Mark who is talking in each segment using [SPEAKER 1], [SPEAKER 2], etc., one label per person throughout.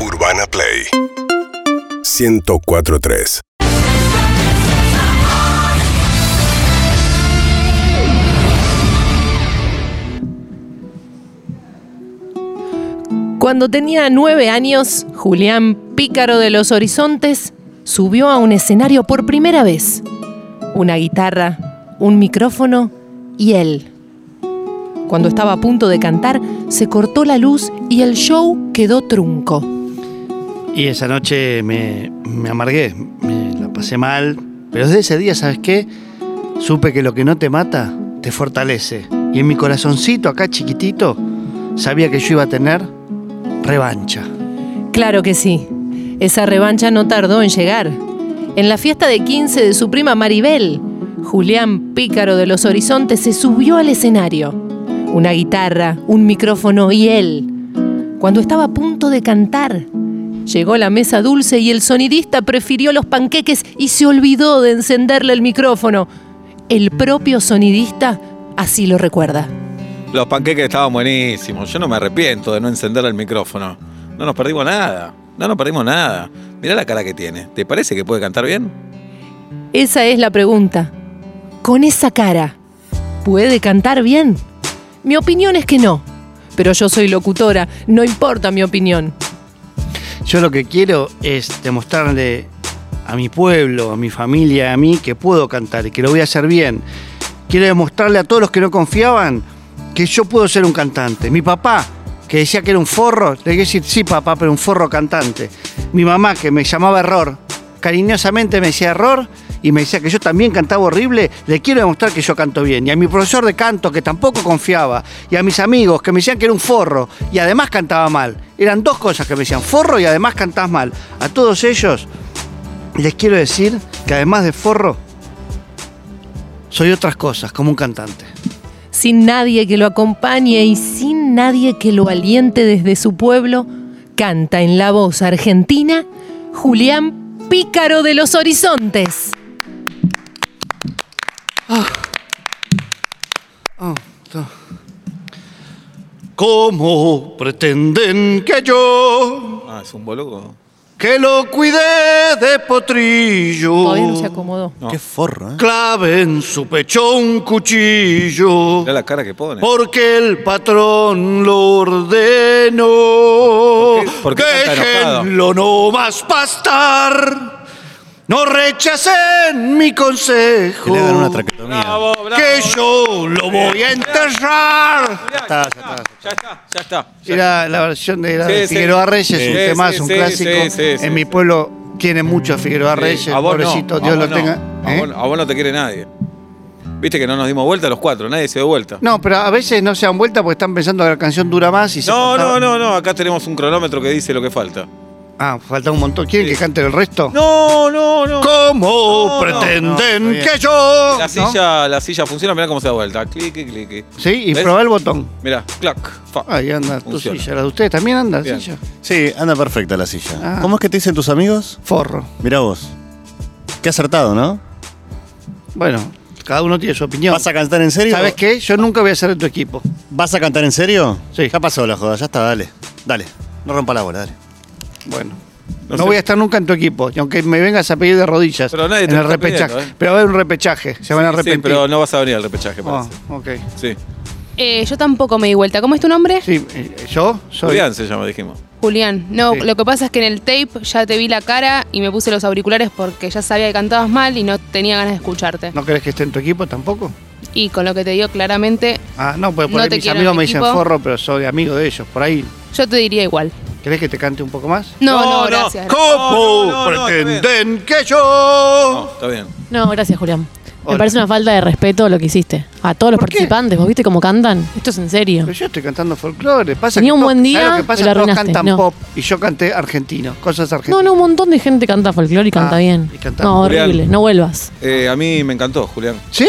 [SPEAKER 1] Urbana Play 1043.
[SPEAKER 2] Cuando tenía nueve años, Julián Pícaro de los Horizontes subió a un escenario por primera vez. Una guitarra, un micrófono y él. Cuando estaba a punto de cantar, se cortó la luz y el show quedó trunco.
[SPEAKER 3] Y esa noche me, me amargué, me la pasé mal. Pero desde ese día, ¿sabes qué? Supe que lo que no te mata, te fortalece. Y en mi corazoncito, acá chiquitito, sabía que yo iba a tener revancha.
[SPEAKER 2] Claro que sí. Esa revancha no tardó en llegar. En la fiesta de 15 de su prima Maribel, Julián Pícaro de los Horizontes se subió al escenario. Una guitarra, un micrófono y él. Cuando estaba a punto de cantar, llegó la mesa dulce y el sonidista prefirió los panqueques y se olvidó de encenderle el micrófono. El propio sonidista así lo recuerda.
[SPEAKER 4] Los panqueques estaban buenísimos. Yo no me arrepiento de no encender el micrófono. No nos perdimos nada. No nos perdimos nada. Mirá la cara que tiene. ¿Te parece que puede cantar bien?
[SPEAKER 2] Esa es la pregunta. Con esa cara, ¿puede cantar bien? Mi opinión es que no. Pero yo soy locutora, no importa mi opinión.
[SPEAKER 3] Yo lo que quiero es demostrarle a mi pueblo, a mi familia, a mí que puedo cantar y que lo voy a hacer bien. Quiero demostrarle a todos los que no confiaban que yo puedo ser un cantante. Mi papá, que decía que era un forro, le dije decir, sí papá, pero un forro cantante. Mi mamá, que me llamaba error, cariñosamente me decía error y me decía que yo también cantaba horrible, le quiero demostrar que yo canto bien. Y a mi profesor de canto, que tampoco confiaba, y a mis amigos, que me decían que era un forro y además cantaba mal. Eran dos cosas que me decían, forro y además cantás mal. A todos ellos les quiero decir que además de forro, soy otras cosas, como un cantante
[SPEAKER 2] sin nadie que lo acompañe y sin nadie que lo aliente desde su pueblo, canta en la voz argentina Julián Pícaro de los Horizontes.
[SPEAKER 3] ¿Cómo pretenden que yo
[SPEAKER 4] Ah, es un boludo.
[SPEAKER 3] que lo cuide de potrillo?
[SPEAKER 2] Todavía no se acomodó.
[SPEAKER 4] No.
[SPEAKER 5] Qué forro, ¿eh?
[SPEAKER 3] Clave en su pecho un cuchillo,
[SPEAKER 4] Mirá la cara que pone.
[SPEAKER 3] porque el patrón lo ordenó.
[SPEAKER 4] ¿Por qué- por qué está enojado?
[SPEAKER 3] Déjenlo no más pastar, no rechacen mi
[SPEAKER 5] Que
[SPEAKER 3] consejo,
[SPEAKER 5] le hagan una traquetomía.
[SPEAKER 3] que yo lo voy a enterrar.
[SPEAKER 5] Está, ya está.
[SPEAKER 4] Ya está, ya está.
[SPEAKER 3] Era la versión de, era
[SPEAKER 4] Sí,
[SPEAKER 3] de
[SPEAKER 4] sí.
[SPEAKER 3] Figueroa Reyes,
[SPEAKER 4] Sí,
[SPEAKER 3] un
[SPEAKER 4] sí,
[SPEAKER 3] temazo, un
[SPEAKER 4] sí,
[SPEAKER 3] clásico.
[SPEAKER 4] sí, sí, sí,
[SPEAKER 3] en mi
[SPEAKER 4] sí.
[SPEAKER 3] pueblo tiene mucho a Figueroa
[SPEAKER 4] Sí,
[SPEAKER 3] Reyes,
[SPEAKER 4] a vos no,
[SPEAKER 3] pobrecito,
[SPEAKER 4] a
[SPEAKER 3] Dios
[SPEAKER 4] vos
[SPEAKER 3] lo
[SPEAKER 4] no,
[SPEAKER 3] tenga.
[SPEAKER 4] A,
[SPEAKER 3] ¿eh?
[SPEAKER 4] vos, a vos no te quiere nadie. Viste que no nos dimos vuelta los cuatro, nadie se dio vuelta.
[SPEAKER 3] No, pero a veces no se dan vuelta porque están pensando que la canción dura más y se
[SPEAKER 4] No,
[SPEAKER 3] cortaba.
[SPEAKER 4] no, no, no, acá tenemos un cronómetro que dice lo que falta.
[SPEAKER 3] Ah, falta un montón. ¿Quieren que cante el resto?
[SPEAKER 4] No, no, no.
[SPEAKER 3] ¿Cómo
[SPEAKER 4] No, no,
[SPEAKER 3] pretenden
[SPEAKER 5] no, está bien.
[SPEAKER 3] que yo? ¿No?
[SPEAKER 4] La silla, la silla funciona, mirá cómo se da vuelta. Clique, clique.
[SPEAKER 3] Sí, y
[SPEAKER 4] ¿Ves?
[SPEAKER 3] probá el botón.
[SPEAKER 4] Mirá, clac, fa.
[SPEAKER 3] Ahí anda tu
[SPEAKER 4] Funciona.
[SPEAKER 3] silla. La de ustedes también anda,
[SPEAKER 4] Bien.
[SPEAKER 3] silla.
[SPEAKER 5] Sí, anda perfecta la silla.
[SPEAKER 3] Ah.
[SPEAKER 5] ¿Cómo es que te dicen tus amigos?
[SPEAKER 3] Forro.
[SPEAKER 5] Mirá vos. Qué acertado, ¿no?
[SPEAKER 3] Bueno, cada uno tiene su opinión.
[SPEAKER 5] ¿Vas a cantar en serio?
[SPEAKER 3] ¿Sabes qué? Yo nunca voy a ser de tu equipo.
[SPEAKER 5] ¿Vas a cantar en serio?
[SPEAKER 3] Sí.
[SPEAKER 5] Ya pasó la joda, ya está, dale. Dale. No rompa la bola, dale.
[SPEAKER 3] Bueno. No,
[SPEAKER 4] No sé.
[SPEAKER 3] voy a estar nunca en tu equipo. Y aunque me vengas a pedir de rodillas
[SPEAKER 4] Pero nadie
[SPEAKER 3] en
[SPEAKER 4] te
[SPEAKER 3] el
[SPEAKER 4] está
[SPEAKER 3] repechaje.
[SPEAKER 4] pidiendo, ¿eh?
[SPEAKER 3] Pero va a haber un repechaje. Se van a
[SPEAKER 4] Sí,
[SPEAKER 3] arrepentir.
[SPEAKER 4] pero no vas a venir al repechaje,
[SPEAKER 3] Oh,
[SPEAKER 4] parece.
[SPEAKER 3] ok.
[SPEAKER 4] Sí.
[SPEAKER 6] Eh, yo tampoco me di vuelta. ¿Cómo es tu nombre?
[SPEAKER 3] Sí, eh, yo soy.
[SPEAKER 4] Julián se llama, dijimos.
[SPEAKER 6] Julián. No,
[SPEAKER 3] Sí.
[SPEAKER 6] lo que pasa es que en el tape ya te vi la cara y me puse los auriculares porque ya sabía que cantabas mal y no tenía ganas de escucharte.
[SPEAKER 3] ¿No querés que esté en tu equipo tampoco?
[SPEAKER 6] Y con lo que te digo claramente,
[SPEAKER 3] Ah, no, porque por
[SPEAKER 6] No
[SPEAKER 3] ahí
[SPEAKER 6] te
[SPEAKER 3] mis
[SPEAKER 6] quiero en
[SPEAKER 3] amigos
[SPEAKER 6] mi
[SPEAKER 3] me dicen
[SPEAKER 6] equipo.
[SPEAKER 3] forro, pero soy amigo de ellos. Por ahí,
[SPEAKER 6] yo te diría igual.
[SPEAKER 3] ¿querés que te cante un poco más?
[SPEAKER 6] No,
[SPEAKER 4] No,
[SPEAKER 6] no,
[SPEAKER 4] no.
[SPEAKER 6] gracias. gracias.
[SPEAKER 3] ¿Cómo
[SPEAKER 4] No, no, no,
[SPEAKER 3] pretenden que
[SPEAKER 4] No,
[SPEAKER 3] yo?
[SPEAKER 4] está bien.
[SPEAKER 7] No, gracias, Julián.
[SPEAKER 3] Hola.
[SPEAKER 7] Me parece una falta de respeto lo que hiciste. A todos los
[SPEAKER 3] ¿Por qué?
[SPEAKER 7] participantes, ¿vos viste cómo cantan? Esto es en serio.
[SPEAKER 3] Pero yo estoy cantando folclore. Pasa
[SPEAKER 7] Tenía
[SPEAKER 3] que
[SPEAKER 7] un
[SPEAKER 3] todos-
[SPEAKER 7] buen día,
[SPEAKER 3] ¿sabes lo que pasa?
[SPEAKER 7] pero la
[SPEAKER 3] Todos
[SPEAKER 7] arruinaste,
[SPEAKER 3] cantan
[SPEAKER 7] no.
[SPEAKER 3] pop y yo canté argentino, cosas
[SPEAKER 7] No,
[SPEAKER 3] argentinas.
[SPEAKER 7] no, un montón de gente canta folclore y canta
[SPEAKER 3] Ah,
[SPEAKER 7] bien.
[SPEAKER 3] y canta-
[SPEAKER 7] no,
[SPEAKER 4] Julián.
[SPEAKER 7] horrible, no vuelvas.
[SPEAKER 4] Eh, a mí me encantó, Julián.
[SPEAKER 3] ¿Sí?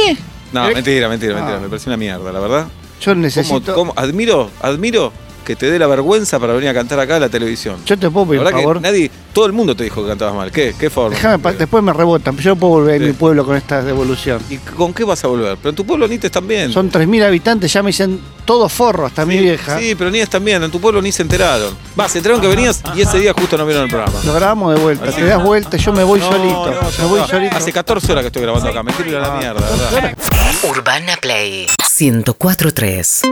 [SPEAKER 4] No,
[SPEAKER 3] Eh,
[SPEAKER 4] mentira, mentira, mentira.
[SPEAKER 3] Ah.
[SPEAKER 4] Me pareció una mierda, la verdad.
[SPEAKER 3] Yo
[SPEAKER 4] ¿Cómo,
[SPEAKER 3] necesito.
[SPEAKER 4] cómo- admiro, admiro que te dé la vergüenza para venir a cantar acá a la televisión.
[SPEAKER 3] Yo te puedo
[SPEAKER 4] La
[SPEAKER 3] pedir un
[SPEAKER 4] verdad que
[SPEAKER 3] favor.
[SPEAKER 4] nadie, todo el mundo te dijo que cantabas mal. ¿Qué? ¿Qué forma?
[SPEAKER 3] Déjame, pa- después me rebotan. Yo no puedo volver a mi
[SPEAKER 4] Sí.
[SPEAKER 3] pueblo con esta devolución.
[SPEAKER 4] ¿Y con qué vas a volver? Pero en tu pueblo ni te están viendo.
[SPEAKER 3] Son 3.000 habitantes, ya me dicen todo forro, hasta mi
[SPEAKER 4] Sí,
[SPEAKER 3] vieja.
[SPEAKER 4] Sí, pero ni están viendo, en tu pueblo ni se enteraron. Va, se enteraron que venías y ese día justo no vieron el programa.
[SPEAKER 3] Lo grabamos de vuelta,
[SPEAKER 4] Así
[SPEAKER 3] te
[SPEAKER 4] que-
[SPEAKER 3] das vuelta, yo me voy
[SPEAKER 4] No,
[SPEAKER 3] solito.
[SPEAKER 4] no,
[SPEAKER 3] me
[SPEAKER 4] ya
[SPEAKER 3] voy
[SPEAKER 4] está.
[SPEAKER 3] solito. Ah,
[SPEAKER 4] Hace 14 horas que estoy grabando acá, me quiero ir a la mierda, ¿verdad?
[SPEAKER 1] Urbana Play 1043